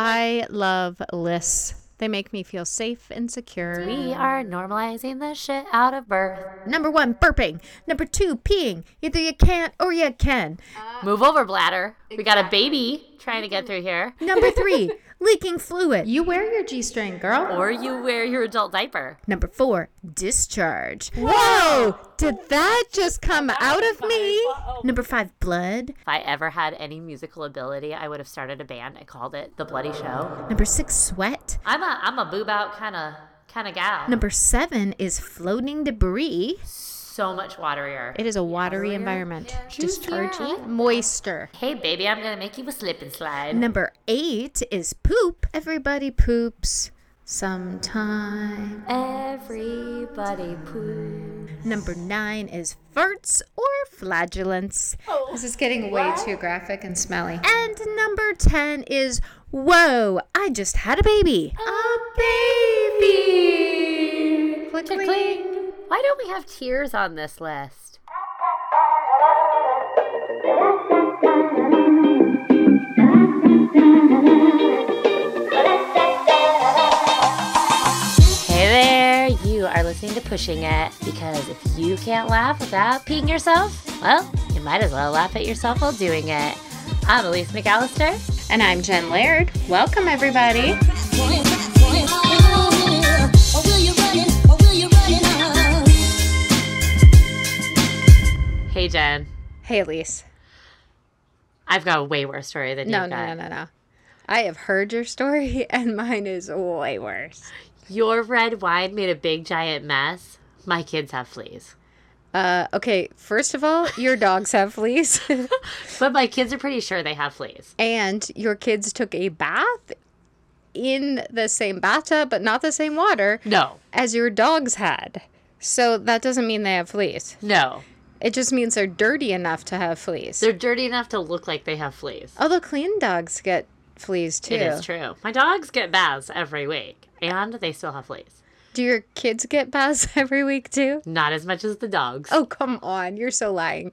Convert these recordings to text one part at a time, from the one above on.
I love lists. They make me feel safe and secure. We are normalizing the shit out of birth. Number one, burping. Number two, peeing. Either you can't or you can. Move over, bladder. We got a baby trying to get through here. Number three, leaking fluid. You wear your G string, girl. Or you wear your adult diaper. Number four, discharge. Whoa! Did that just come out of me? Number five, blood. If I ever had any musical ability, I would have started a band. I called it The Bloody Show. Number six, sweat. I'm a I'm a boob out kind of kind of gal. Number seven is floating debris. So much waterier. It is a watery environment. Discharging moisture. Hey baby, I'm gonna make you a slip and slide. Number eight is poop. Everybody poops sometime. Everybody poo. Number nine is farts or flagellants. this is getting way too graphic and smelly. Oh. And number 10 is whoa, I just had a baby. A baby. Click, click, click. Why don't we have tears on this list? Hey there, you are listening to Pushing It because if you can't laugh without peeing yourself, well, you might as well laugh at yourself while doing it. I'm Elise McAllister. And I'm Jen Laird. Welcome, everybody. Hey, Jen. Hey, Elise. I've got a way worse story than No, you've no, got. no, no, no. I have heard your story, and mine is way worse. Your red wine made a big giant mess. My kids have fleas. Uh, okay, first of all, your dogs have fleas, But my kids are pretty sure they have fleas. and your kids took a bath in the same bathtub, but not the same water No, as your dogs had. So that doesn't mean they have fleas. no. It just means they're dirty enough to have fleas. They're dirty enough to look like they have fleas. Although clean dogs get fleas too. It is true. My dogs get baths every week, and they still have fleas. Do your kids get baths every week too? Not as much as the dogs. Oh, come on. You're so lying.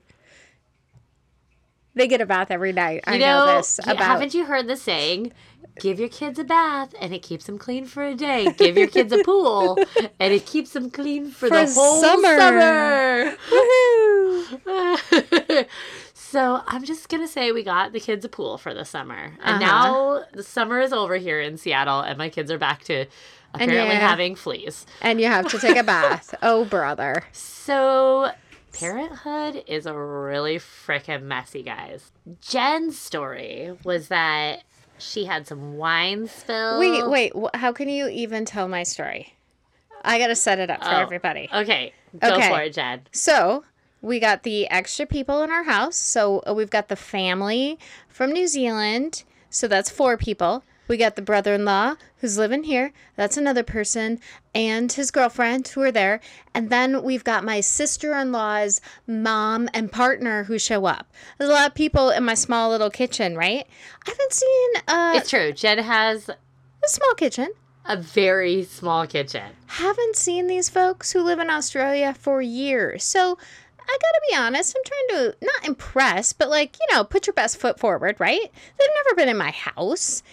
They get a bath every night. I you know, this y- about haven't you heard the saying? Give your kids a bath, and it keeps them clean for a day. Give your kids a pool, and it keeps them clean for, For the whole summer. summer. Woohoo! so I'm just gonna say we got the kids a pool for the summer, and Uh-huh. now the summer is over here in Seattle, and my kids are back to apparently yeah. having fleas. and you have to take a bath. Oh, brother. So parenthood is a really freaking messy, guys. Jen's story was that she had some wine spill. Wait, wait. wh- How can you even tell my story? I got to set it up for Oh, everybody. Okay, go Okay. for it, Jen. So we got the extra people in our house. So uh, we've got the family from New Zealand. So that's four people. We got the brother in law who's living here. That's another person. And his girlfriend who are there. And then we've got my sister in law's mom and partner who show up. There's a lot of people in my small little kitchen, right? I haven't seen uh, It's true. Jen has a small kitchen. a very small kitchen. haven't seen these folks who live in Australia for years. So I gotta be honest, I'm trying to not impress, but like, you know, put your best foot forward, right? They've never been in my house.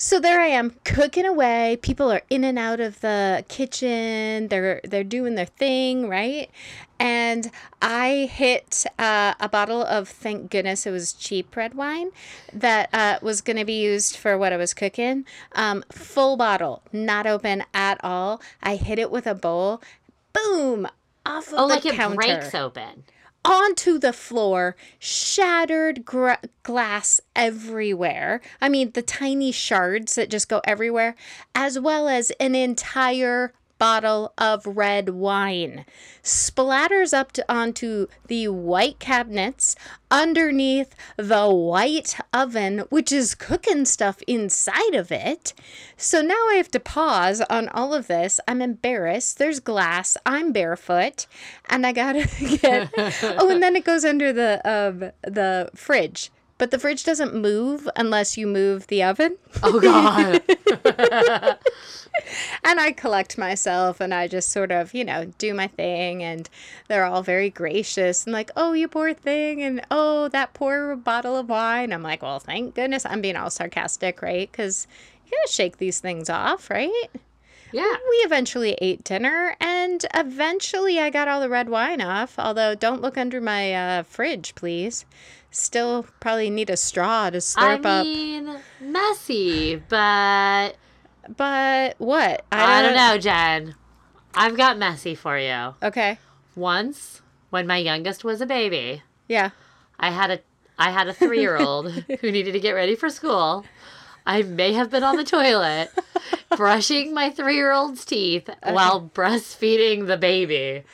So there I am cooking away. People are in and out of the kitchen. They're they're doing their thing, right? And I hit uh, a bottle of thank goodness it was cheap red wine that uh, was going to be used for what I was cooking. Um, full bottle, not open at all. I hit it with a bowl. Boom! Off of Oh, the like it counter breaks open. onto the floor, shattered gra- glass everywhere. I mean, the tiny shards that just go everywhere, as well as an entire bottle of red wine splatters up to, onto the white cabinets underneath the white oven which is cooking stuff inside of it so now i have to pause on all of this i'm embarrassed there's glass i'm barefoot and i gotta get oh and then it goes under the um, the fridge but the fridge doesn't move unless you move the oven Oh God. and I collect myself and I just sort of, you know, do my thing. And they're all very gracious and like, oh, you poor thing. And oh, that poor bottle of wine. I'm like, well, thank goodness. I'm being all sarcastic, right? Because you gotta shake these things off, right? Yeah. We eventually ate dinner and eventually I got all the red wine off. Although, don't look under my uh, fridge, please. Still probably need a straw to slurp I up. mean, messy, but But what? I don't know, Jen. I've got messy for you. Okay. Once, when my youngest was a baby, Yeah. I had a I had a three year old who needed to get ready for school. I may have been on the toilet brushing my three year old's teeth while breastfeeding the baby.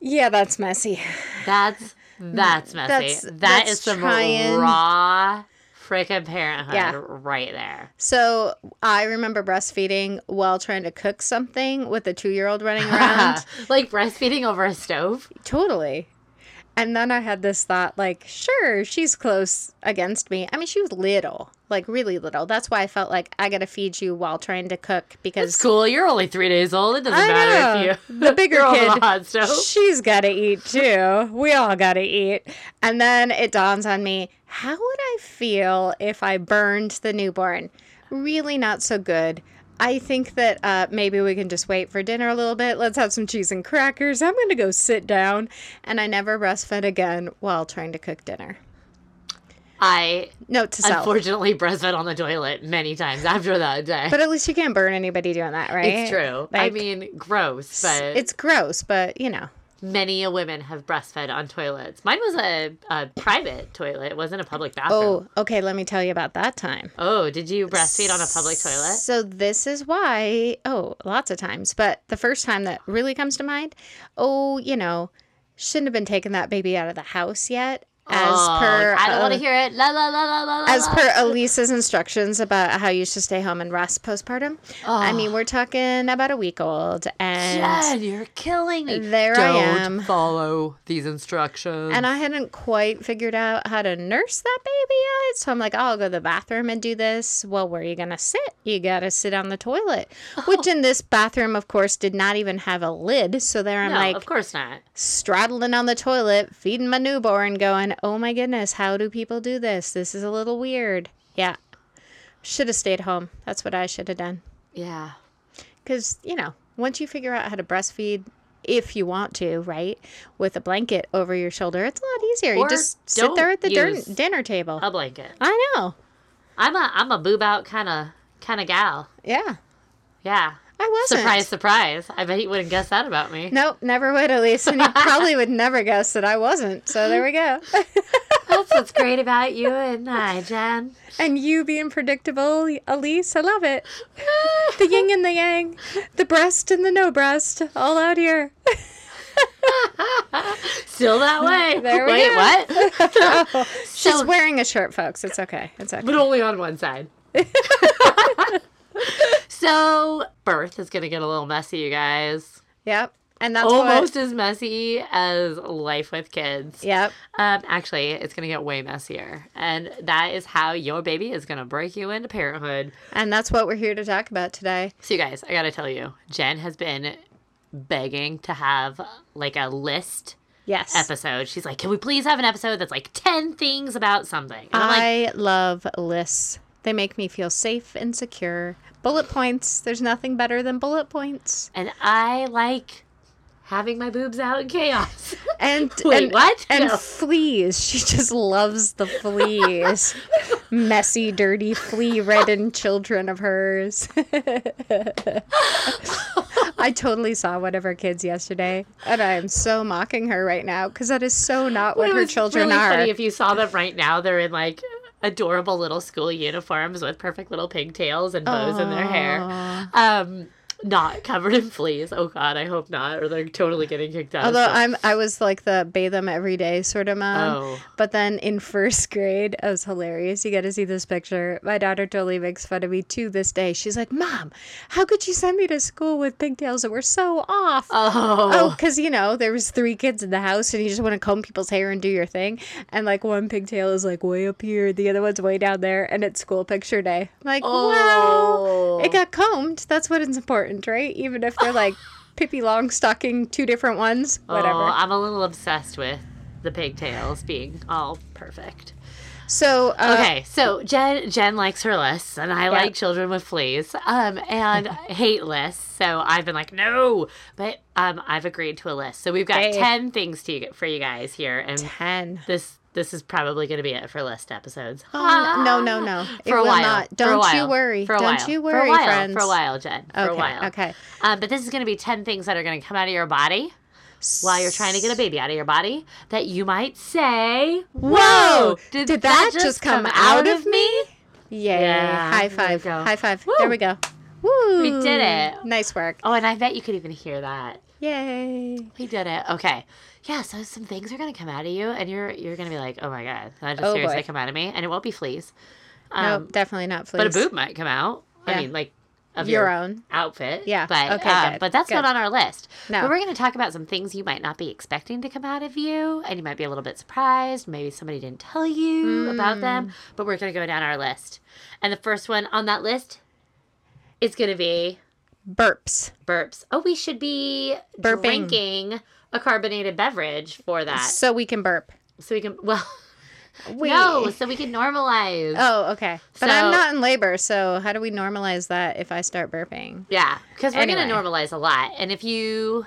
Yeah, that's messy. That's that's messy. Mm, That's- That's, that's some trying- raw freaking parenthood Yeah. right there. So I remember breastfeeding while trying to cook something with a two year old running around. Uh-huh. like breastfeeding over a stove. totally. And then I had this thought like, sure, she's close against me. I mean, she was little, like really little. That's why I felt like I got to feed you while trying to cook because It's cool. You're only three days old. It doesn't I matter know. if you The bigger throw over kid- the hot stove. She's got to eat too. We all got to eat. And then it dawns on me how would I feel if I burned the newborn? Really not so good. I think that uh, maybe we can just wait for dinner a little bit. Let's have some cheese and crackers. I'm going to go sit down. And I never breastfed again while trying to cook dinner. I Note to self. unfortunately breastfed on the toilet many times after that day. But at least you can't burn anybody doing that, right? it's true. I Like, mean, gross, it's- but it's gross, but you know. many a women have breastfed on toilets. Mine was a, a private toilet. It wasn't a public bathroom. Oh, okay. Let me tell you about that time. Oh. did you breastfeed on a public toilet? So this is why, oh, lots of times, but the first time that really comes to mind, oh, you know, shouldn't have been taking that baby out of the house yet, as Oh, per I don't want uh, to hear it. La la la la la. la, As la. per Elisa's instructions about how you should stay home and rest postpartum, I mean, we're talking about a week old, and Jen, you're killing me. There I am. follow these instructions. and I hadn't quite figured out how to nurse that baby yet. So I'm like, oh, I'll go to the bathroom and do this. Well, where are you going to sit? You got to sit on the toilet, which in this bathroom, of course, did not even have a lid. So there I'm no, like of course not. straddling on the toilet, feeding my newborn, going, oh my goodness, how do people do this? This is a little weird. Yeah. Should have stayed home. That's what I should have done. Yeah. Because, you know, once you figure out how to breastfeed, if you want to, right, with a blanket over your shoulder, it's a lot easier. Or you just sit don't there at the dir- use dinner table. A blanket. I know. I'm a I'm a boob out kind of kind of gal. Yeah. Yeah. I wasn't. Surprise, surprise. I bet you wouldn't guess that about me. Nope, never would, Elise. And you probably would never guess that I wasn't. So there we go. That's what's great about you and I, Jen. and you being predictable, Elise, I love it. the yin and the yang, the breast and the no breast, all out here. Still that way. There we Wait, go. what? She's So- wearing a shirt, folks. It's okay. It's okay. but only on one side. so birth is gonna get a little messy, you guys. Yep. And that's Almost What, as messy as life with kids. yep. Um, actually, it's gonna get way messier, and that is how your baby is gonna break you into parenthood. And that's what we're here to talk about today. So, you guys, I gotta tell you, Jen has been begging to have like a list Yes. episode. She's like, "Can we please have an episode that's like ten things about something?" And I'm like, I love lists. They make me feel safe and secure. Bullet points. There's nothing better than bullet points. and I like having my boobs out in chaos. And Wait, and, what? And No. fleas. She just loves the fleas. Messy, dirty, flea-ridden children of hers. I totally saw one of her kids yesterday, and I am so mocking her right now because that is so not what It her was children really are. Funny if you saw them right now, they're in like adorable little school uniforms with perfect little pigtails and bows in their hair. Um, not covered in fleas. Oh God, I hope not, or they're totally getting kicked out. of Although school. I'm, I was like the bathe them every day sort of mom. Oh. But then in first grade, it was hilarious. You got to see this picture. My daughter totally makes fun of me to this day. She's like, "Mom, how could you send me to school with pigtails that were so off?" Oh, oh, because you know there was three kids in the house, and you just want to comb people's hair and do your thing. And like one pigtail is like way up here, the other one's way down there, and it's school picture day. I'm like, Oh. well, it got combed. That's what is important, right? Even if they're like Pippi Longstocking, two different ones, whatever. Oh, I'm a little obsessed with the pigtails being all perfect. so uh, Okay, so Jen Jen likes her lists, and I like children with fleas, um, and hate lists. So I've been like, no, but um, I've agreed to a list. So we've got Hey. ten things to you, for you guys here, and ten. this this is probably going to be it for list episodes. Oh, no, no, no. It Ah. For a will while. not. For a Don't you while. worry. For a Don't while. you for worry, a while. friends. For a while, Jen. For a Okay, while. okay. Um, but this is going to be ten things that are going to come out of your body while you're trying to get a baby out of your body that you might say, Whoa! Did that just come out of me?" Yay! Yeah, High there we five! go. High five! Woo. There we go. Woo! We did it. Nice work. Oh, and I bet you could even hear that. Yay! We did it. Okay. Yeah, so some things are gonna come out of you and you're you're gonna be like, Oh my god, that just Oh, seriously boy. come out of me and it won't be fleas. No, Um definitely not fleas. but a boob might come out. I Yeah. mean like of Your your, own. outfit. Yeah. But Okay, um, good. but that's Good. not on our list. No. But we're gonna talk about some things you might not be expecting to come out of you and you might be a little bit surprised. Maybe somebody didn't tell you about Mm. them. But we're gonna go down our list. And the first one on that list is gonna be Burps. burps. Oh, we should be Burping. drinking a carbonated beverage for that. So we can burp. So we can, well, We. no, so we can normalize. Oh, okay. But I'm So- not in labor, so how do we normalize that if I start burping? Yeah, because we're going to Anyway. normalize a lot. And if you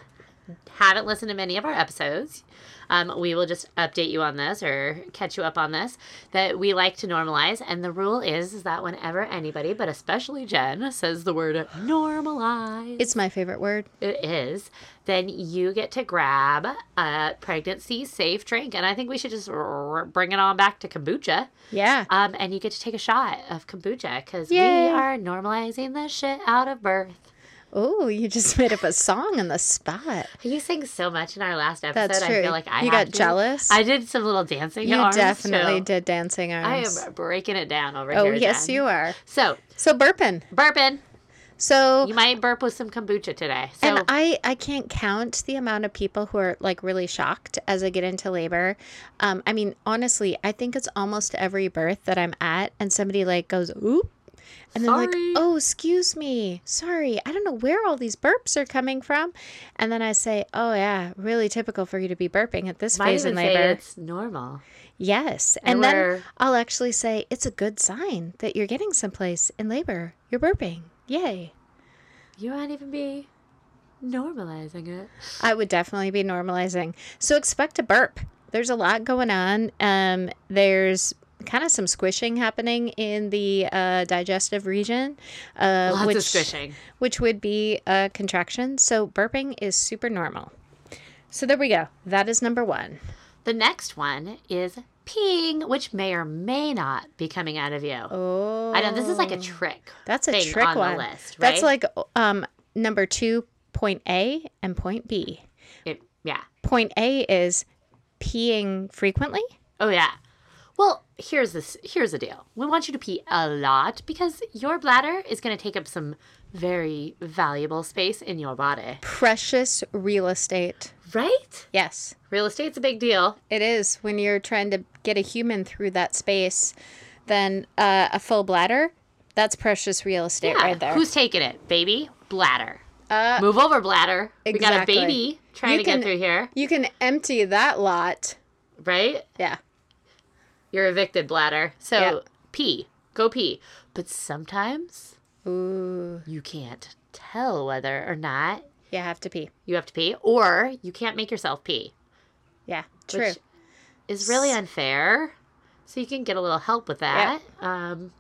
haven't listened to many of our episodes, um, we will just update you on this or catch you up on this that we like to normalize. And the rule is, is that whenever anybody, but especially Jen, says the word normalize, It's my favorite word. it is, then you get to grab a pregnancy safe drink. And I think we should just r- bring it on back to kombucha. Yeah. Um, and you get to take a shot of kombucha because we Yay. are normalizing the shit out of birth. Oh, you just made up a song on the spot. You sang so much in our last episode. That's I true. feel like I You got have to. jealous? I did some little dancing. You arms, definitely so did dancing I arms. am breaking it down over oh, here. yes, Jen. you are. So So burping. burping. So You might burp with some kombucha today. So and I, I can't count the amount of people who are like really shocked as I get into labor. Um, I mean, honestly, I think it's almost every birth that I'm at, and somebody like goes, oop. And then like, Sorry. oh, excuse me. Sorry. I don't know where all these burps are coming from. And then I say, oh, yeah, really typical for you to be burping at this might phase in even say labor. it's normal. Yes. And And then we're- I'll actually say it's a good sign that you're getting someplace in labor. You're burping. Yay. You might even be normalizing it. I would definitely be normalizing. So expect a burp. There's a lot going on. Um, there's kind of some squishing happening in the uh, digestive region, uh, Lots which of squishing. which would be a contraction. So burping is super normal. So there we go. That is number one. The next one is peeing, which may or may not be coming out of you. Oh, I know this is like a trick. that's a thing trick on the one. list, That's right? like um, number two, point A and point B. It, yeah. Point A is peeing frequently. Oh yeah. Well, here's this here's the deal. We want you to pee a lot because your bladder is going to take up some very valuable space in your body. Precious real estate. Right? Yes. Real estate's a big deal. It is when you're trying to get a human through that space, then uh, a full bladder. That's precious real estate Yeah. right there. Who's taking it? Baby? Bladder. Uh, Move over, bladder. exactly. We got a baby trying You to can- get through here, you can empty that lot. right? Yeah. You're evicted, bladder. So Yeah. pee. Go pee. But sometimes Ooh, you can't tell whether or not you have to pee. you have to pee or you can't make yourself pee. Yeah, true. Which is really unfair. So you can get a little help with that. Um,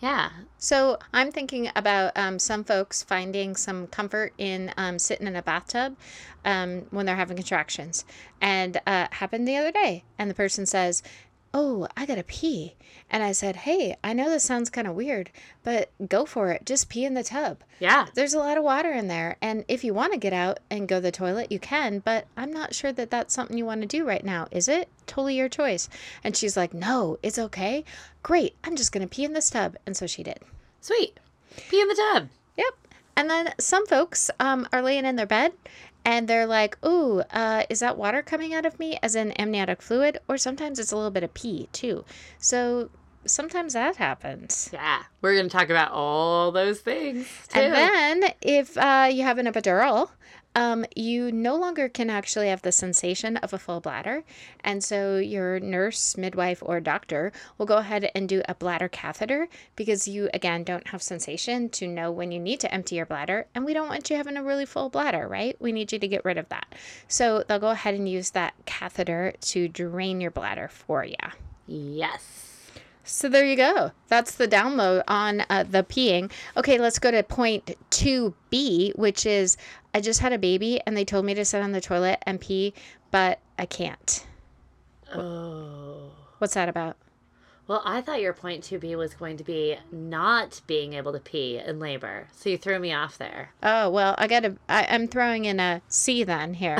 yeah. So I'm thinking about um, some folks finding some comfort in um, sitting in a bathtub um, when they're having contractions, and uh, happened the other day. And the person says, Oh, I gotta pee. And I said, Hey, I know this sounds kind of weird, but go for it. Just pee in the tub. Yeah. There's a lot of water in there. And if you want to get out and go to the toilet, you can, but I'm not sure that that's something you want to do right now, is it? Totally your choice. And she's like, No, it's okay. Great. I'm just gonna pee in this tub. And so she did. Sweet. Pee in the tub. Yep. And then some folks um, are laying in their bed and they're like, ooh, uh, is that water coming out of me as an amniotic fluid? Or sometimes it's a little bit of pee too. So sometimes that happens. Yeah. We're going to talk about all those things too. And then if uh, you have an epidural, um, you no longer can actually have the sensation of a full bladder. And so your nurse, midwife, or doctor will go ahead and do a bladder catheter because you, again, don't have sensation to know when you need to empty your bladder. And we don't want you having a really full bladder, right? We need you to get rid of that. So they'll go ahead and use that catheter to drain your bladder for you. yes. So there you go. That's the download on uh, the peeing. Okay, let's go to point 2B, which is I just had a baby and they told me to sit on the toilet and pee, but I can't. Oh. What's that about? Well, I thought your point 2B was going to be not being able to pee in labor. So you threw me off there. Oh, well, I got to I, I'm throwing in a C then here.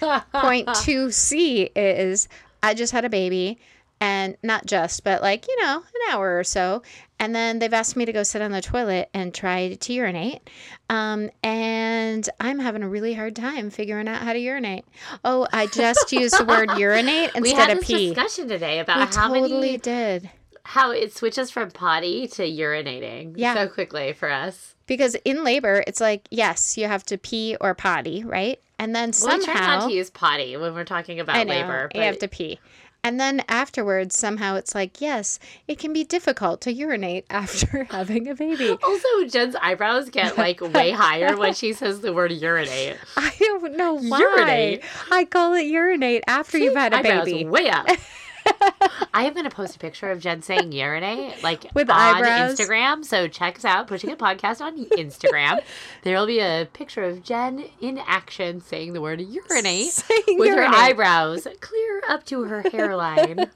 point 2C is I just had a baby and not just, but like, you know, an hour or so. And then they've asked me to go sit on the toilet and try to urinate. Um, and I'm having a really hard time figuring out how to urinate. Oh, I just used the word urinate we instead had of this pee. discussion today We about how totally many did. how it switches from potty to urinating Yeah. so quickly for us. Because in labor, it's like, yes, you have to pee or potty, right? And then Well, we try somehow. not to use potty when we're talking about I know, labor, you have but to pee. And then afterwards, somehow it's like, yes, it can be difficult to urinate after having a baby. also Jen's eyebrows get like way higher when she says the word urinate. I don't know why. Urinate? I call it urinate after you've had a eyebrows baby. way up. I am gonna post a picture of Jen saying urinate like With on eyebrows. Instagram. So check us out, pushing a podcast on Instagram. there will be a picture of Jen in action saying the word urinate Saying with urinate. her eyebrows clear up to her hairline.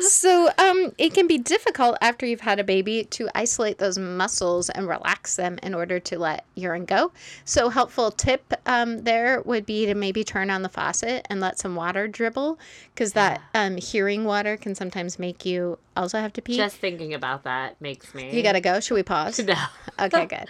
So um, it can be difficult after you've had a baby to isolate those muscles and relax them in order to let urine go. So helpful tip um, there would be to maybe turn on the faucet and let some water dribble because that um, hearing water can sometimes make you also have to pee. Just thinking about that makes me. you gotta go. Should we pause? No. Okay, good.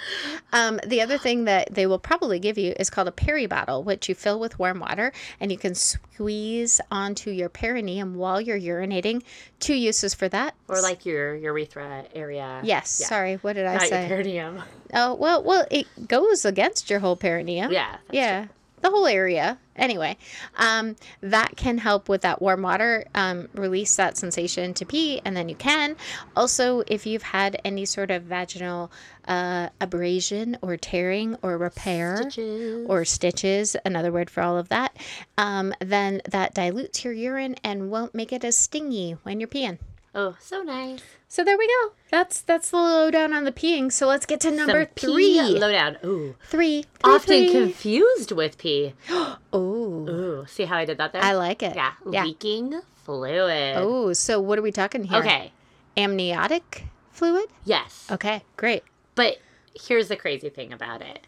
Um, the other thing that they will probably give you is called a peri bottle, which you fill with warm water and you can squeeze onto your perineum while you're urinating. Two uses for that. Or like your urethra area. Yes. Yeah. Sorry. What did I Not your say? perineum. oh well, well it goes against your whole perineum. Yeah. that's Yeah. The whole area. Anyway, um, that can help with that warm water, um, release that sensation to pee, and then you can. Also, if you've had any sort of vaginal uh, abrasion or tearing or repair Stitches. or stitches, another word for all of that, um, then that dilutes your urine and won't make it as stingy when you're peeing. Oh, so nice. So there we go. That's that's the lowdown on the peeing. So let's get to number Some three. Pee lowdown. Ooh. three. Often three. confused with pee. oh, Ooh. See how I did that there? I like it. Yeah. Yeah. Leaking fluid. Oh, so what are we talking here? Okay. Amniotic fluid. Yes. Okay, great. But here's the crazy thing about it.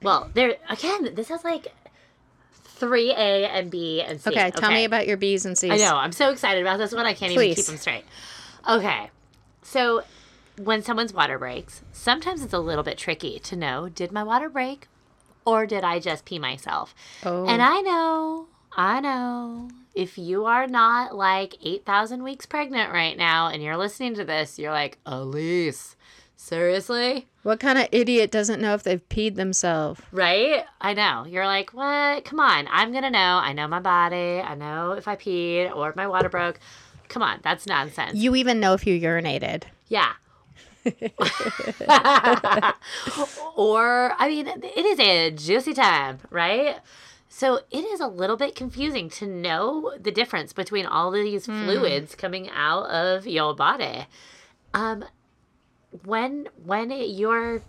Well, there again, this has like three A and B and C. Okay, tell me about your B's and C's. I know. I'm so excited about this one. I can't even keep Please. them straight. Okay. So when someone's water breaks, sometimes it's a little bit tricky to know did my water break or did I just pee myself? Oh, And I know, I know, if you are not like 8,000 weeks pregnant right now and you're listening to this, you're like, Elise, seriously? what kind of idiot doesn't know if they've peed themselves? Right? I know. You're like, what? Come on. I'm going to know. I know my body. I know if I peed or if my water broke. Come on. That's nonsense. You even know if you urinated. Yeah. or, I mean, it is a juicy time, right? So it is a little bit confusing to know the difference between all of these fluids coming out of your body. Um, when when it, your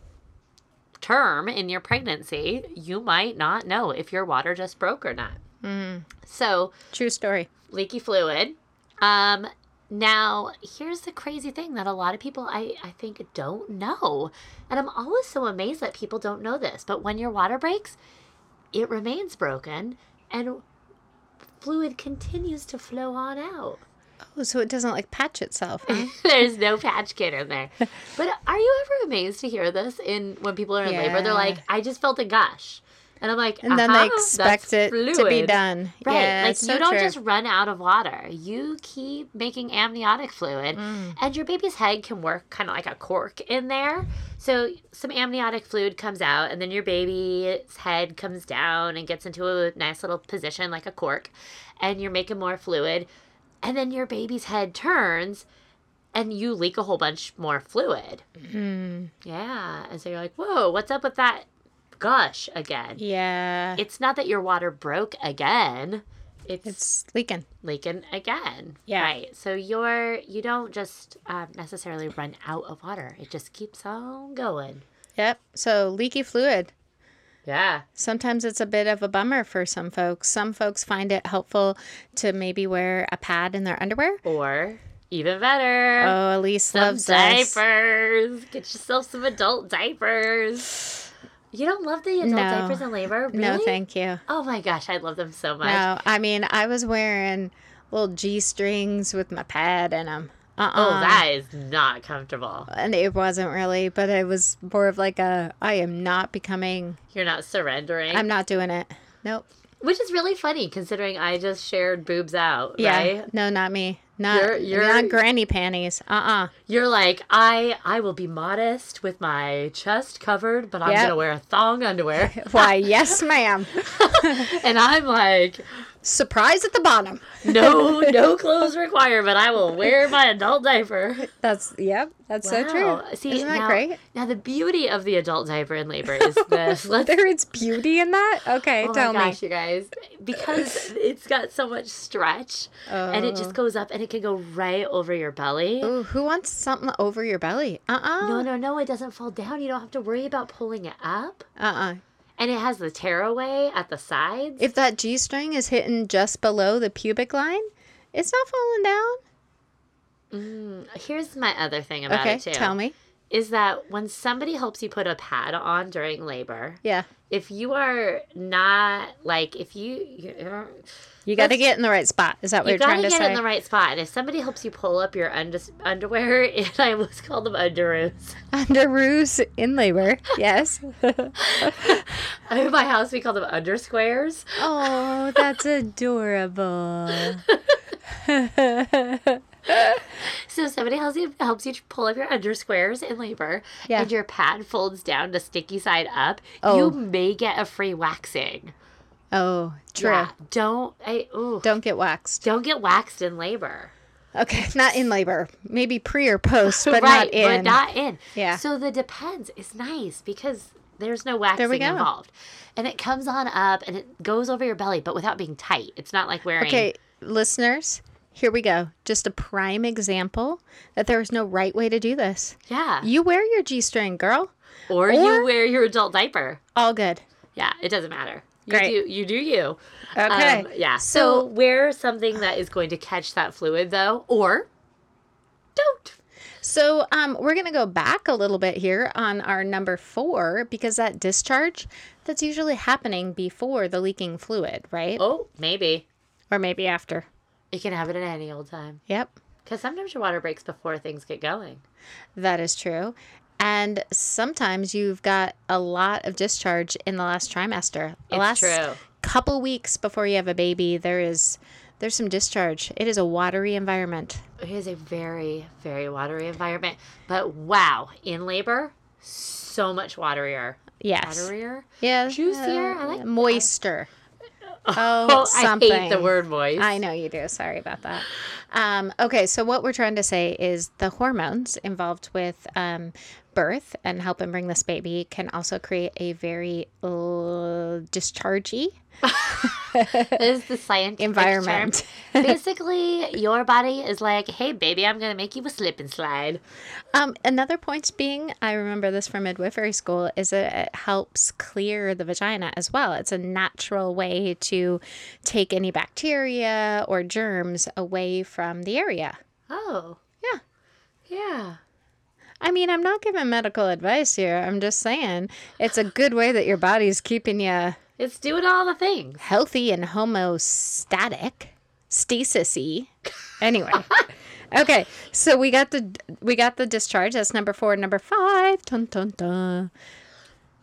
term in your pregnancy, you might not know if your water just broke or not. So True story. leaky fluid. Um, now, here's the crazy thing that a lot of people I, I think don't know. And I'm always so amazed that people don't know this. But when your water breaks, it remains broken and fluid continues to flow on out. Oh, so it doesn't like patch itself. Eh, huh? There's no patch kid in there. But are you ever amazed to hear this in when people are in labor? Yeah. They're like, I just felt a gush. And I'm like, and then they "Uh-huh, expect that's it to be fluid." done. Right. Yeah, like it's so you don't true. just run out of water. You keep making amniotic fluid Mm. and your baby's head can work kind of like a cork in there. So some amniotic fluid comes out and then your baby's head comes down and gets into a nice little position like a cork and you're making more fluid and then your baby's head turns and you leak a whole bunch more fluid. Mm-hmm. Yeah. And so you're like, "Whoa, what's up with that gush again?" Yeah. it's not that your water broke again. It's, It's leaking. leaking again. Yeah. Right. So you're you don't just um, necessarily run out of water. It just keeps on going. Yep. So leaky fluid. Yeah. Sometimes it's a bit of a bummer for some folks. Some folks find it helpful to maybe wear a pad in their underwear. Or even better, Oh, Elise some loves this. diapers. Get yourself some adult diapers. You don't love the adult No. diapers in labor, really? No, thank you. Oh my gosh, I love them so much. No, I mean I was wearing little g strings with my pad in them. Uh-uh. Oh, that is not comfortable. And it wasn't really, but it was more of like a I am not becoming. You're not surrendering. I'm not doing it. Nope. Which is really funny considering I just shared boobs out, Yeah. right? No, not me. Not You're- you're- not granny panties. Uh uh You're like, I I will be modest with my chest covered, but I'm Yep. gonna wear a thong underwear. Why? Yes, ma'am. and I'm like, Surprise at the bottom. no, no clothes required, but I will wear my adult diaper. That's yep. That's so Wow. true. See, Isn't that now, great? Now the beauty of the adult diaper in labor is this. Let's There is beauty in that. Okay, Oh tell my me. gosh, you guys, because it's got so much stretch, and it Oh. just goes up, and it can go right over your belly. Ooh, who wants something over your belly? Uh uh No, no, no, it doesn't fall down. You don't have to worry about pulling it up. Uh uh And it has the tearaway at the sides. If that G string is hitting just below the pubic line, it's not falling down. Here's my other thing about okay, it too. tell me. Is that when somebody helps you put a pad on during labor, Yeah. if you are not like if you you're, You got to Let's- get in the right spot. Is that what you are got trying to to get say? in the right spot, and if somebody helps you pull up your undes underwear, and I always call them underoos. Under ruse in labor. Yes. In my house, we call them undersquares. oh, that's adorable. So if somebody helps you helps you pull up your undersquares in labor, Yeah. and your pad folds down to sticky side up, Oh. you may get a free waxing. Oh, true. Yeah, don't I? Ooh, Don't get waxed. don't get waxed in labor. Okay, not in labor. Maybe pre or post, but not right, in. but not in. Yeah. So the depends is nice because there's no waxing we go. involved, and it comes on up and it goes over your belly, but without being tight. It's not like wearing. Okay, listeners, here we go. Just a prime example that there is no right way to do this. Yeah. You wear your G string, girl. or, or- you wear your adult diaper. All good. Yeah, it doesn't matter. You Great. Do, you do you. Okay. Um, yeah. So- so wear something that is going to catch that fluid though, or don't. So um, we're going to go back a little bit here on our number four because that discharge, that's usually happening before the leaking fluid, right? Oh, maybe Or maybe after. it can happen at any old time. Yep, Because sometimes your water breaks before things get going. that is true. And sometimes you've got a lot of discharge in the last trimester. The It's last true. couple weeks before you have a baby, there is there's some discharge. It is a watery environment. It is a very, very watery environment. But wow, in labor, so much waterier. Yes. Waterier? Yeah. Juicier? I like- moister. Oh, Oh, I hate the something. word moist. I know you do. Sorry about that. Um, okay, so what we're trying to say is the hormones involved with um, birth and helping bring this baby can also create a very uh, dischargey is the scientific Environment. term. Basically, your body is like, hey, baby, I'm going to make you a slip and slide. Um, another point being, I remember this from midwifery school, is that it helps clear the vagina as well. It's a natural way to take any bacteria or germs away from the area. Oh, Yeah. yeah. I mean, I'm not giving medical advice here. I'm just saying it's a good way that your body's keeping you It's doing all the things. healthy and homostatic, stasisy. Anyway, okay, so we got the we got the discharge. That's number four. Number five. Dun, dun, dun.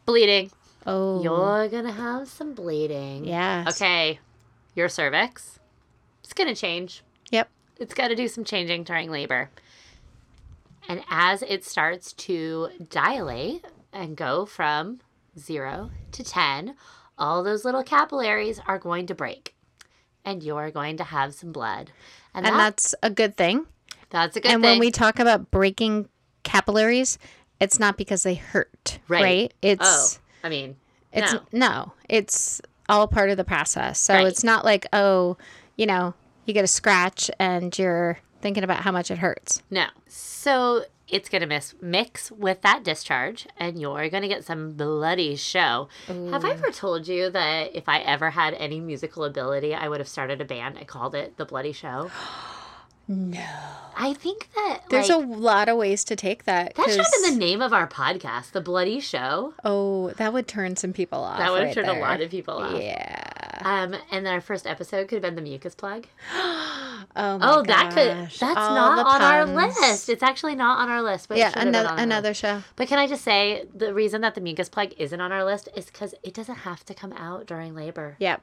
Bleeding. Oh, You're going to have some bleeding. Yes. Okay. Your cervix. It's going to change. yep. It's got to do some changing during labor. And as it starts to dilate and go from zero to 10, all those little capillaries are going to break. And you're going to have some blood. And, And that, that's a good thing. that's a good and thing. when we talk about breaking capillaries, it's not because they hurt, Right. right? oh, It's I mean, it's no. no. it's all part of the process. So Right. it's not like oh, you know, you get a scratch and you're thinking about how much it hurts. No. So it's going to mis- mix with that discharge, and you're going to get some bloody show. Have I ever told you that if I ever had any musical ability, I would have started a band? I called it The Bloody Show. no. I think that There's like, a lot of ways to take that. that should have 'cause- been the name of our podcast, The Bloody Show. oh, that would turn some people off. That would have right turned a there. lot of people off. Yeah. Um, and then our first episode could have been the mucus plug. Oh, my Oh, that could gosh. that's All not the on our puns. list. It's actually not on our list, but it Yeah, should have been another on our list. another show. But can I just say the reason that the mucus plug isn't on our list is because it doesn't have to come out during labor. Yep.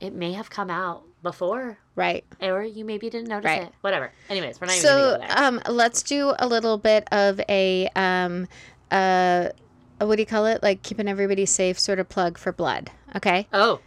It may have come out before, Right. or you maybe didn't notice Right. it. Whatever. Anyways, we're not even so going to go there. um, let's do a little bit of a um, uh, what do you call it like keeping everybody safe sort of plug for blood okay Oh,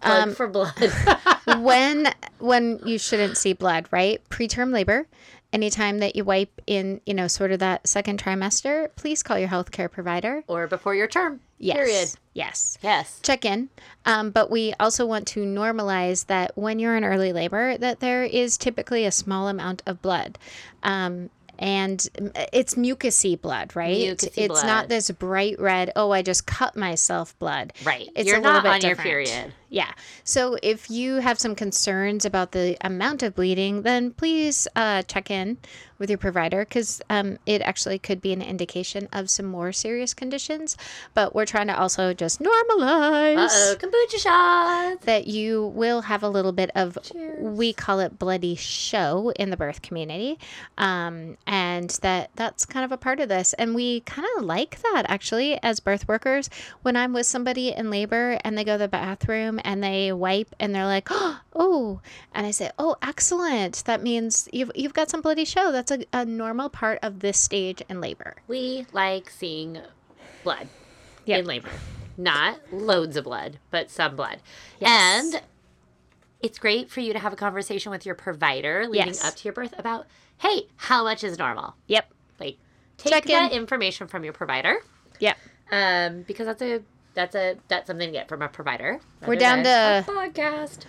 plug um, for blood. when when you shouldn't see blood right preterm labor anytime that you wipe in you know sort of that second trimester please call your healthcare provider or before your term. yes Period. yes Yes. check in um, but we also want to normalize that when you're in early labor that there is typically a small amount of blood um, and m- it's mucousy blood right Mucousy it's blood. not this bright red oh i just cut myself blood Right. it's You're a little not bit on your different. period. yeah so if you have some concerns about the amount of bleeding then please uh, check in with your provider because um, it actually could be an indication of some more serious conditions but we're trying to also just normalize Uh oh, kombucha shots. that you will have a little bit of Cheers. we call it bloody show in the birth community um, and that that's kind of a part of this and we kind of like that actually as birth workers when i'm with somebody in labor and they go to the bathroom and they wipe and they're like oh and i say oh excellent that means you've, you've got some bloody show that's a, a normal part of this stage in labor We like seeing blood Yep. in labor. Not loads of blood, but some blood. Yes. And it's great for you to have a conversation with your provider leading Yes. up to your birth about, hey, how much is normal? yep Like, take Check that in. information from your provider yep um, because that's a that's a that's something to get from a provider. We're rather down than to- a podcast.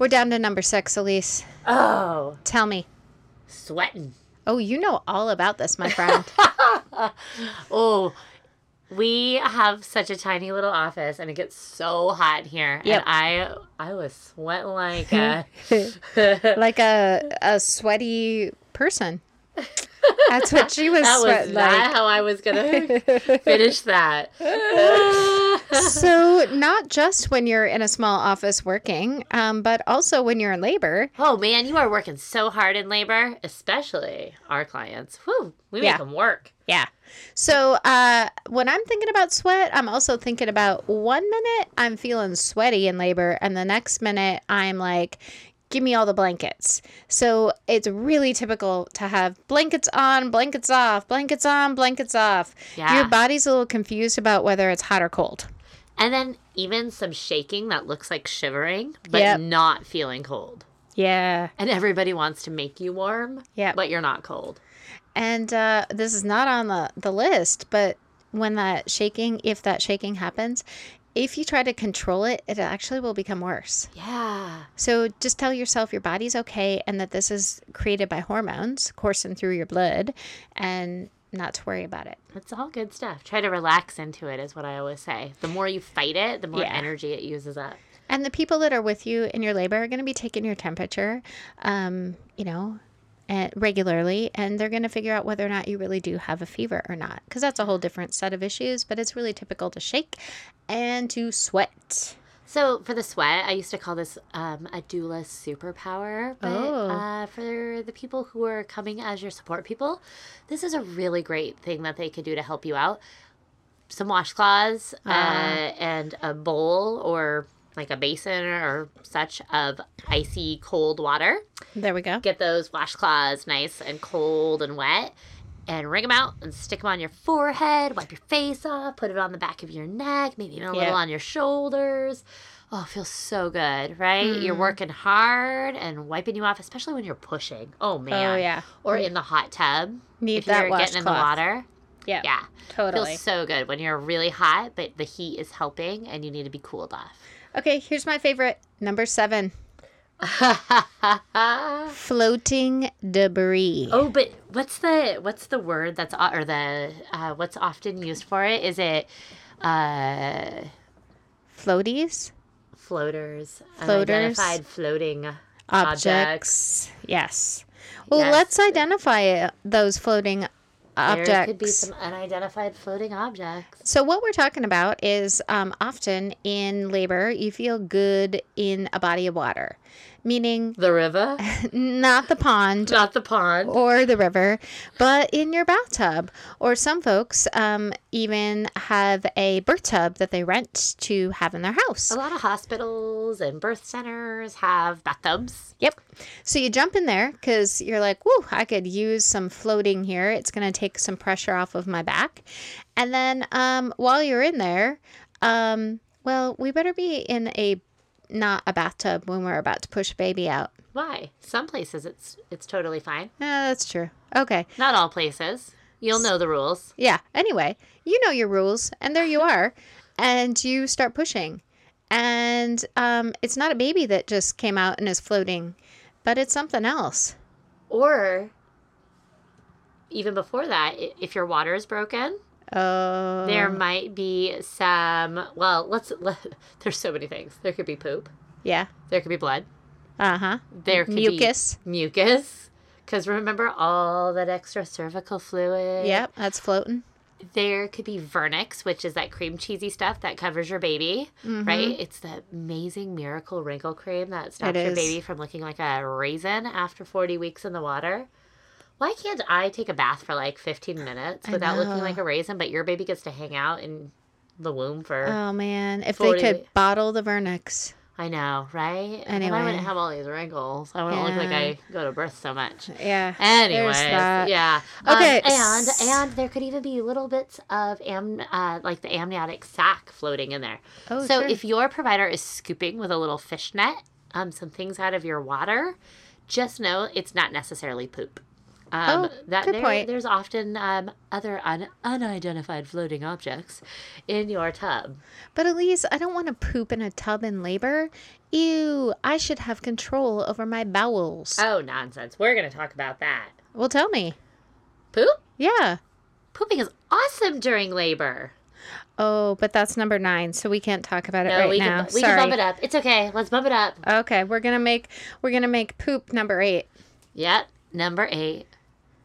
we're down to number six elise Oh, tell me sweating. oh you know all about this my friend Oh, we have such a tiny little office, and it gets so hot in here. Yep. And I I was sweating like a, like a a sweaty person. That's what she was that was sweating not like. how I was gonna finish that. So not just when you're in a small office working, um, but also when you're in labor. oh man, you are working so hard in labor, especially our clients. Whew, we make Yeah. them work. Yeah. So uh, when I'm thinking about sweat, I'm also thinking about one minute I'm feeling sweaty in labor, and the next minute I'm like, give me all the blankets. So it's really typical to have blankets on, blankets off, blankets on, blankets off. Yeah. Your body's a little confused about whether it's hot or cold. And then even some shaking that looks like shivering, but Yep. not feeling cold. Yeah. And everybody wants to make you warm, Yep. but you're not cold. And uh, this is not on the, the list, but when that shaking, if that shaking happens, if you try to control it, it actually will become worse. Yeah. So just tell yourself your body's okay and that this is created by hormones coursing through your blood and not to worry about it. It's all good stuff. Try to relax into it, is what I always say. The more you fight it, the more Yeah. energy it uses up. And the people that are with you in your labor are going to be taking your temperature, um, you know, eh, regularly, and they're going to figure out whether or not you really do have a fever or not, because that's a whole different set of issues. But it's really typical to shake and to sweat. So for the sweat, I used to call this um, a doula superpower. But Oh. uh, for the people who are coming as your support people, this is a really great thing that they could do to help you out. Some washcloths uh, and a bowl or like a basin or such of icy cold water. There we go. Get those washcloths nice and cold and wet and wring them out and stick them on your forehead, wipe your face off, put it on the back of your neck, maybe even a Yeah. little on your shoulders. Oh, it feels so good, right? You're Mm. working hard and wiping you off, especially when you're pushing. Oh, man. yeah. Or in the hot tub. Need if that you're getting in the washcloth. water. Yeah, Yeah. totally. Feels so good when you're really hot, but the heat is helping and you need to be cooled Okay, here's my favorite number seven: off. floating debris. Oh, but what's the what's the word that's o- or the uh, what's often used for it? Is it uh, Floaties, floaters? Floaters. Unidentified floating objects. objects. Yes. Well, Yes. let's identify uh, those floating objects. There could be some unidentified floating objects. So, what we're talking about is um, often in labor, you feel good in a body of water, meaning The river, not the pond not the pond. or the river, but in your bathtub. Or some folks um, even have a birth tub that they rent to have in their house. A lot of hospitals and birth centers have bathtubs. Yep. So you jump in there because you're like, whoo, I could use some floating here. It's going to take some pressure off of my back. And then um, while you're in there, um, well, we better be in a not a bathtub when we're about to push a baby out. Why? Some places it's it's totally fine. No, that's true. Okay. Not all places. You'll know the rules. Yeah. Anyway, you know your rules, and there you are. and you start pushing. And um, it's not a baby that just came out and is floating, but it's something else. Or even before that, i- if your water is broken, Oh. There might be some. Well, let's. Let, there's so many things. There could be poop. Yeah. There could be blood. Uh huh. There could Mucus. be mucus. Because remember all that extra cervical fluid. Yep, that's floating. There could be vernix, which is that cream cheesy stuff that covers your baby, right? It's the amazing miracle wrinkle cream that stops Mm-hmm. It your is. baby from looking like a raisin after 40 weeks in the water. Why can't I take a bath for like 15 minutes I without looking know. like a raisin, but your baby gets to hang out in the womb for Oh man, if Forty- they could bottle the vernix. I know, right? And then I Anyway. wouldn't have all these wrinkles. I wouldn't look like Yeah. I go to birth so much. Yeah. Anyways, that. yeah. Okay, Um, and s- and there could even be little bits of am uh, like the amniotic sac floating in there. Oh, so sure. if your provider is scooping with a little fishnet um some things out of your water, just know it's not necessarily poop. Um, Oh, that good there, point. there's often um, other un- unidentified floating objects in your tub. But Elise, I don't want to poop in a tub in labor. Ew, I should have control over my bowels. Oh, nonsense. We're going to talk about that. well, tell me. Poop? Yeah. Pooping is awesome during labor. Oh, but that's number nine, so we can't talk about it No, right we now. can we Sorry. can bump it up. It's okay. Let's bump it up. Okay, we're gonna make we're gonna make poop number eight. Yep. Number eight,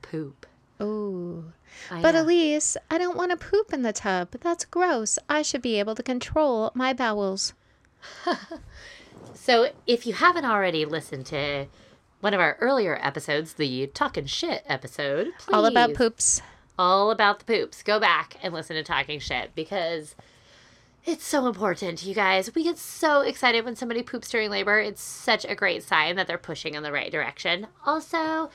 poop. Ooh. I But know. Elise, I don't want to poop in the tub. That's gross. I should be able to control my bowels. so if you haven't already listened to one of our earlier episodes, the "You Talking Shit" episode, please, All about poops. all about the poops. Go back and listen to Talking Shit because it's so important, you guys. We get so excited when somebody poops during labor. It's such a great sign that they're pushing in the right direction. Also,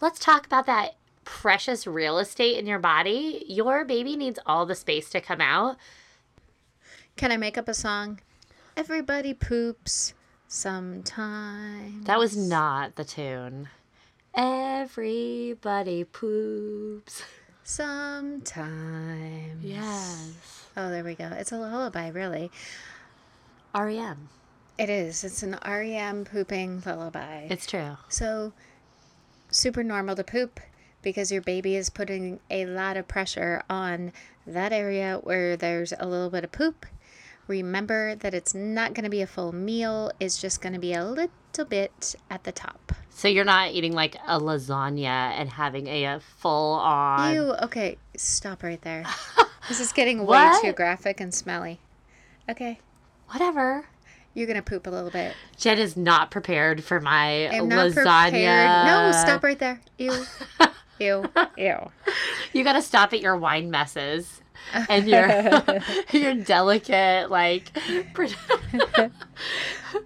let's talk about that precious real estate in your body. Your baby needs all the space to come out. Can I make up a song? Everybody poops sometime. That was not the tune. Everybody poops. Sometimes. Yes. Oh, there we go. It's a lullaby, really. REM. It is. It's an REM pooping lullaby. It's true. So, super normal to poop because your baby is putting a lot of pressure on that area where there's a little bit of poop. Remember that it's not going to be a full meal, it's just going to be a little bit at the top. So you're not eating like a lasagna and having a, a full on. Ew, okay, stop right there. this is getting way What? too graphic and smelly. Okay, Whatever. you're going to poop a little bit. Jen is not prepared for my I'm not lasagna. prepared. No, stop right there. Ew. Ew. Ew. You gotta stop at your wine messes and your your delicate like pre- Uh-huh.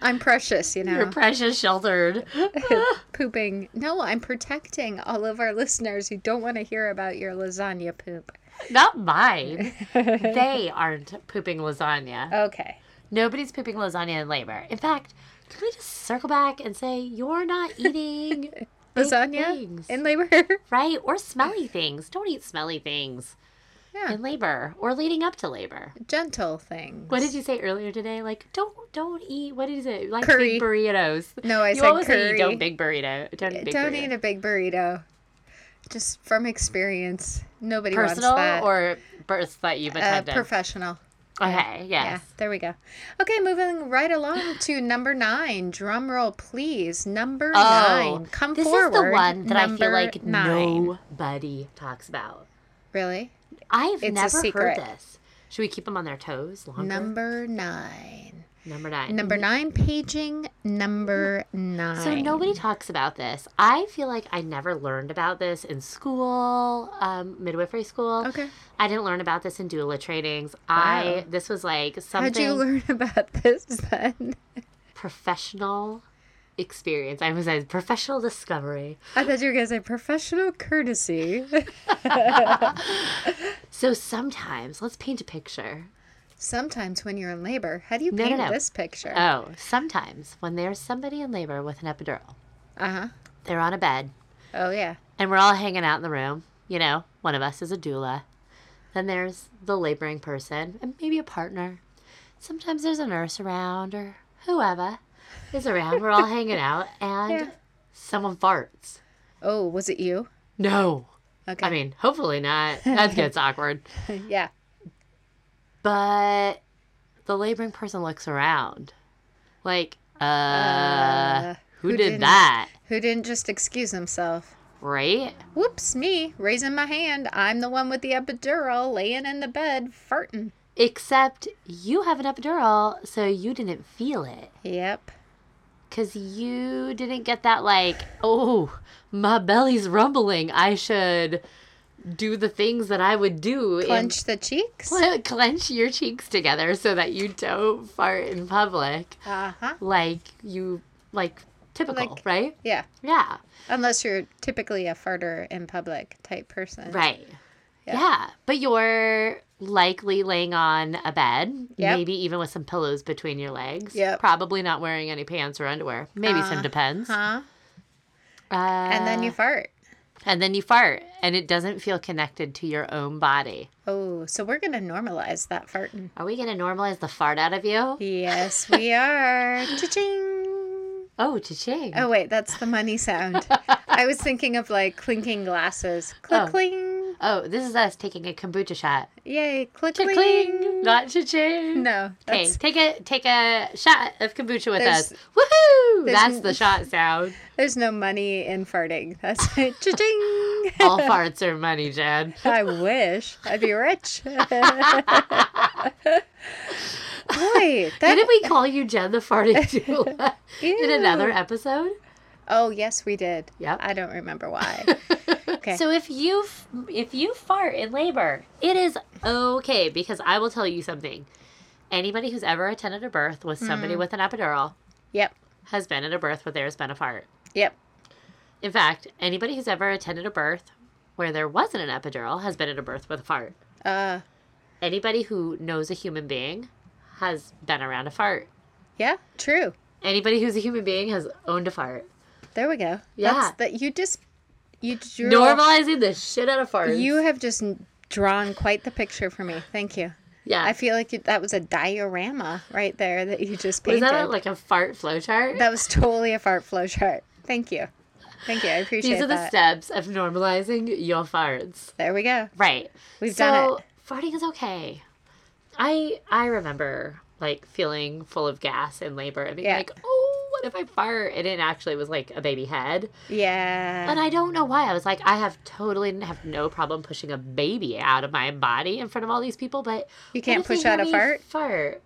I'm precious, you know. your precious sheltered. pooping. No, I'm protecting all of our listeners who don't want to hear about your lasagna poop. Not mine. They aren't pooping lasagna. Okay. Nobody's pooping lasagna in labor. In fact, can we just circle back and say you're not eating big Lasagna things, in labor. right or smelly things? Don't eat smelly things yeah. in labor or leading up to labor. Gentle things. What did you say earlier today? Like don't don't eat what is it? Like Curry. big burritos. No, I you said always say curry. you don't big burrito. Don't eat big don't burrito. eat a big burrito. Just from experience. Nobody Personal wants that. or births that you've uh, attended. professional. okay, Yeah, yes. there we go. Okay, moving right along to number nine. Drum roll, please. Number Oh, nine. Come this forward. is the one that I feel Number like nine. nobody talks about. Really? I've It's a never secret. heard this. Should we keep them on their toes longer? Number nine. Number nine. Number nine, paging number nine. So nobody talks about this. I feel like I never learned about this in school, um, midwifery school. Okay. I didn't learn about this in doula trainings. I this was like How'd something you learn about this then? professional experience. I was a professional discovery. I thought you were going to say professional courtesy. So sometimes, let's paint a picture. Sometimes when you're in labor, how do you No, no, paint no. this picture? Oh, sometimes when there's somebody in labor with an epidural, Uh huh. they're on a bed Oh, yeah. and we're all hanging out in the room. You know, one of us is a doula. Then there's the laboring person and maybe a partner. Sometimes there's a nurse around or whoever is around. We're all hanging out and Yeah. someone farts. Oh, was it you? No. Okay. I mean, hopefully not. That gets awkward. yeah. But the laboring person looks around. Like, uh, Uh, who, who did didn't? that? Who didn't just excuse himself? Right? Whoops, me, raising my hand. I'm the one with the epidural laying in the bed, farting. Except you have an epidural, so you didn't feel it. Yep. Because you didn't get that, like, oh, my belly's rumbling. I should do the things that I would do. in- Clench the cheeks. Cle- clench your cheeks together so that you don't fart in public. Uh huh. Like you, like typical, Like- right? Yeah. Yeah. Unless you're typically a farter in public type person. Right. Yeah. Yeah. But you're likely laying on a bed, Yep. maybe even with some pillows between your legs. Yep. Probably not wearing any pants or underwear. Maybe some depends. Huh? Uh, And then you fart. and then you fart and it doesn't feel connected to your own body. Oh, so we're going to normalize that farting. Are we going to normalize the fart out of you? Yes, we are. Cha-ching. Oh, cha-ching. Oh, wait, that's the money sound. I was thinking of like clinking glasses. Click Oh. cling. Oh, this is us taking a kombucha shot. Yay, click Cha-cling. cling. Not cha-ching. No, Okay, that's, take a take a shot of kombucha with There's- us. Woohoo! there's- That's the shot sound. there's no money in farting. That's cha-ching. All farts are money, Jen. I wish I'd be rich. Boy, that Didn't we call you Jen the farting doula in another episode? Oh yes, we did. Yep. I don't remember why. Okay. So if you f- if you fart in labor, it is okay because I will tell you something. Anybody who's ever attended a birth with somebody Mm-hmm. with an epidural yep. has been at a birth where there's been a fart. Yep. In fact, anybody who's ever attended a birth where there wasn't an epidural has been at a birth with a fart. Uh Anybody who knows a human being has been around a fart. yeah, true. Anybody who's a human being has owned a fart. There we go. Yeah. That's that you just You drew. Normalizing the shit out of farts. You have just drawn quite the picture for me. Thank you. yeah. I feel like you, that was a diorama right there that you just was painted. that like a fart flow chart? That was totally a fart flow chart. Thank you. Thank you. I appreciate These are the that. steps of normalizing your farts. There we go. Right. We've so, done it. Farting is okay. I I remember like feeling full of gas in labor and being Yeah. like, oh, what if I fart? And it actually was like a baby head. Yeah. And I don't know why. I was like, I have totally have no problem pushing a baby out of my body in front of all these people, but You what can't if they push hear out a me fart? Fart.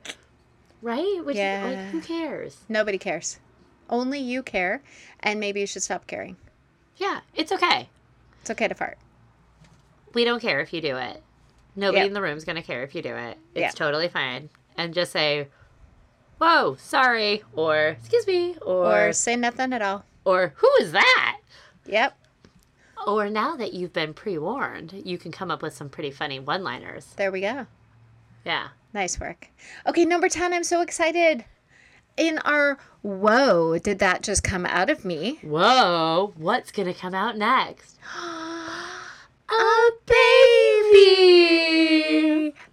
Right? Which is Yeah. like, who cares? Nobody cares. Only you care, and maybe you should stop caring. Yeah, it's okay. It's okay to fart. We don't care if you do it. Nobody Yeah. in the room's gonna care if you do it. It's Yeah. totally fine. And just say, "Whoa, sorry," or "Excuse me," Or, or say nothing at all. or "Who is that?" Yep. Or now that you've been pre-warned, you can come up with some pretty funny one-liners. There we go. Yeah. Nice work. Okay, number 10. I'm so excited. In our whoa, did that just come out of me? Whoa, what's gonna come out next? A baby.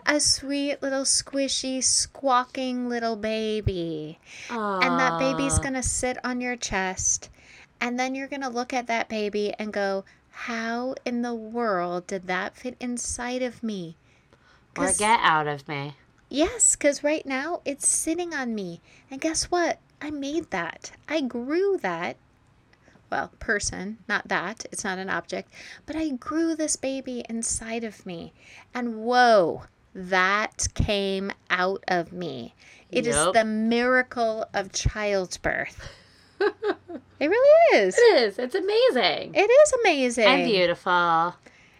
A sweet little squishy, squawking little baby. and that baby's gonna sit on your chest and then you're gonna look at that baby and go how in the world did that fit inside of me or 'cause- get out of me. yes because right now it's sitting on me and guess what i made that i grew that well person not that it's not an object but i grew this baby inside of me and whoa that came out of me It is Yup. the miracle of childbirth it really is It is. It's amazing. it is amazing and beautiful.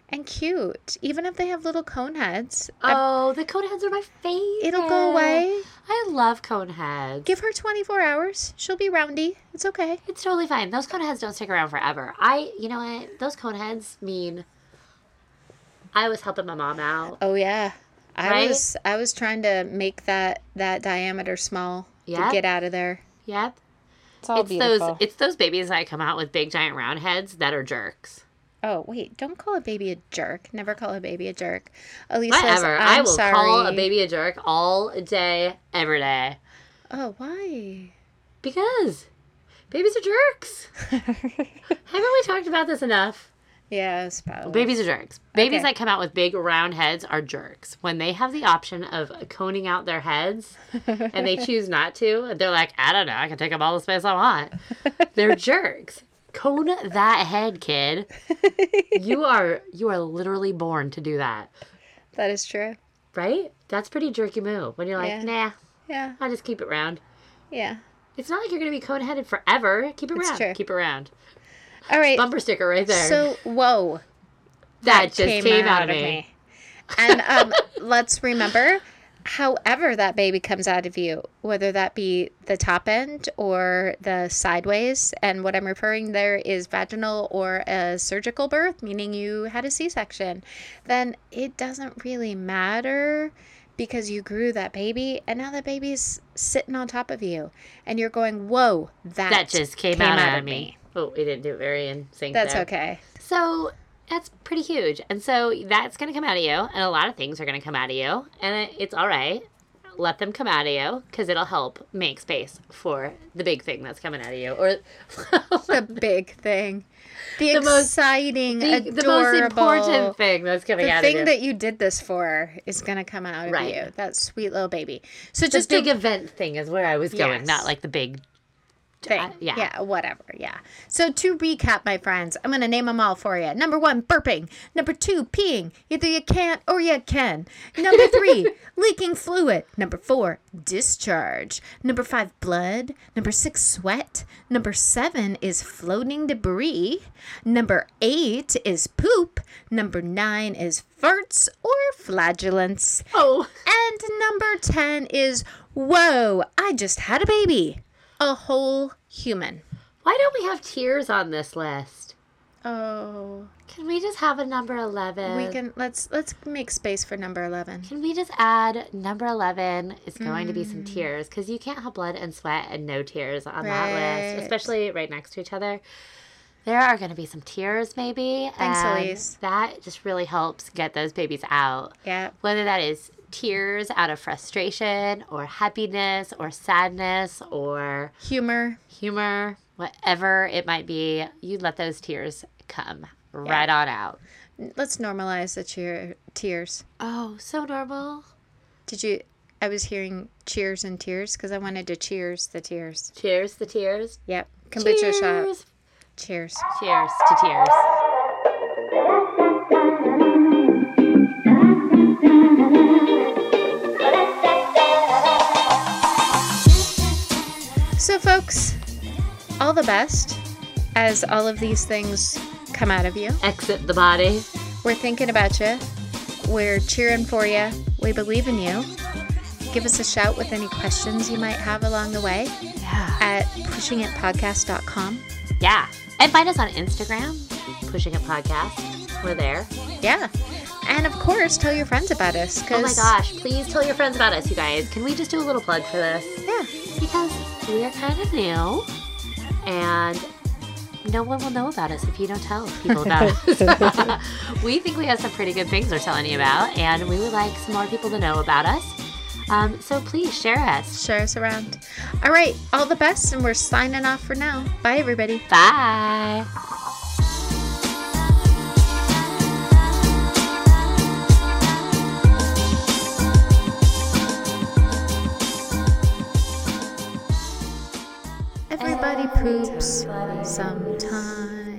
and cute even if they have little cone heads I- Oh, the cone heads are my favorite. it'll go away I love cone heads. give her 24 hours she'll be roundy it's okay it's totally fine. Those cone heads don't stick around forever. I, you know what? Those cone heads mean I was helping my mom out. Oh yeah. I Right? was I was trying to make that that diameter small Yeah. to get out of there. Yep. It's all it's those it's those babies that come out with big giant round heads that are jerks. oh wait, don't call a baby a jerk. Never call a baby a jerk. Elise says, Whatever. I'm I will sorry. call a baby a jerk all day, every day. Oh why? Because babies are jerks. Haven't we talked about this enough? yes, probably. Babies are jerks. Babies Okay. that come out with big round heads are jerks. When they have the option of coning out their heads and they choose not to, they're like, I don't know, I can take up all the space I want. They're jerks. Cone that head, kid. You are you are literally born to do that, That is true. right? That's pretty jerky move. When you're like, Yeah. nah, Yeah. I'll just keep it round. Yeah. It's not like you're gonna be cone headed forever. Keep it It's round. true. Keep it round. All right. Bumper sticker right there. So whoa. that just came, out, of me. And um, let's remember, however that baby comes out of you, whether that be the top end or the sideways, and what I'm referring there is vaginal or a surgical birth, meaning you had a C-section, then it doesn't really matter because you grew that baby and now that baby's sitting on top of you and you're going whoa that, That just came, out, of me. Oh, we didn't do it very in sync. that's there. okay So that's pretty huge. And so that's going to come out of you, and a lot of things are going to come out of you, and it- it's all right. Let them come out of you because it'll help make space for the big thing that's coming out of you, or the big thing the, The most- exciting the, adorable the most important thing that's coming the out thing of you. that you did this for is going to come out of Right. you. That sweet little baby. So the just big a event thing is where I was going, Yes. not like the big. thing. uh, yeah. yeah. whatever. Yeah. So to recap, my friends, I'm going to name them all for you. Number one, burping. Number two, peeing. Either you can't or you can. Number three, leaking fluid. Number four, discharge. Number five, blood. Number six, sweat. Number seven is floating debris. Number eight is poop. Number nine is farts or flagellants. Oh, And number 10 is Whoa, I just had a baby. A whole human. why don't we have tears on this list? Oh. Can we just have a number 11? We can let's let's make space for number 11. Can we just add number 11 is going to be some Mm. tears because you can't have blood and sweat and no tears on that Right. list, especially right next to each other. There are going to be some tears, maybe. Thanks, and Elise. That just really helps get those babies out. Yeah. Whether that is tears out of frustration or happiness or sadness or Humor. humor, whatever it might be, you let those tears come right on out. Let's normalize the cheer- tears. Oh, so normal. Did you? I was hearing cheers and tears because I wanted to cheers the tears. Cheers the tears. Yep. Kombucha shot. Cheers. Cheers. Cheers to tears. So, folks, all the best as all of these things come out of you. Exit the body. We're thinking about you. We're cheering for you. We believe in you. Give us a shout with any questions you might have along the way Yeah. at pushingitpodcast.com. Yeah. And find us on Instagram, Pushing It Podcast. We're there. Yeah. And of course, tell your friends about us. Oh my 'cause- gosh, please tell your friends about us, you guys. Can we just do a little plug for this? Yeah. Because we are kind of new and no one will know about us if you don't tell people about us. we think we have some pretty good things we're telling you about, and we would like some more people to know about us. Um, so please share us. Share us around. All right. All the best. And we're signing off for now. Bye, everybody. Bye. Everybody poops sometime.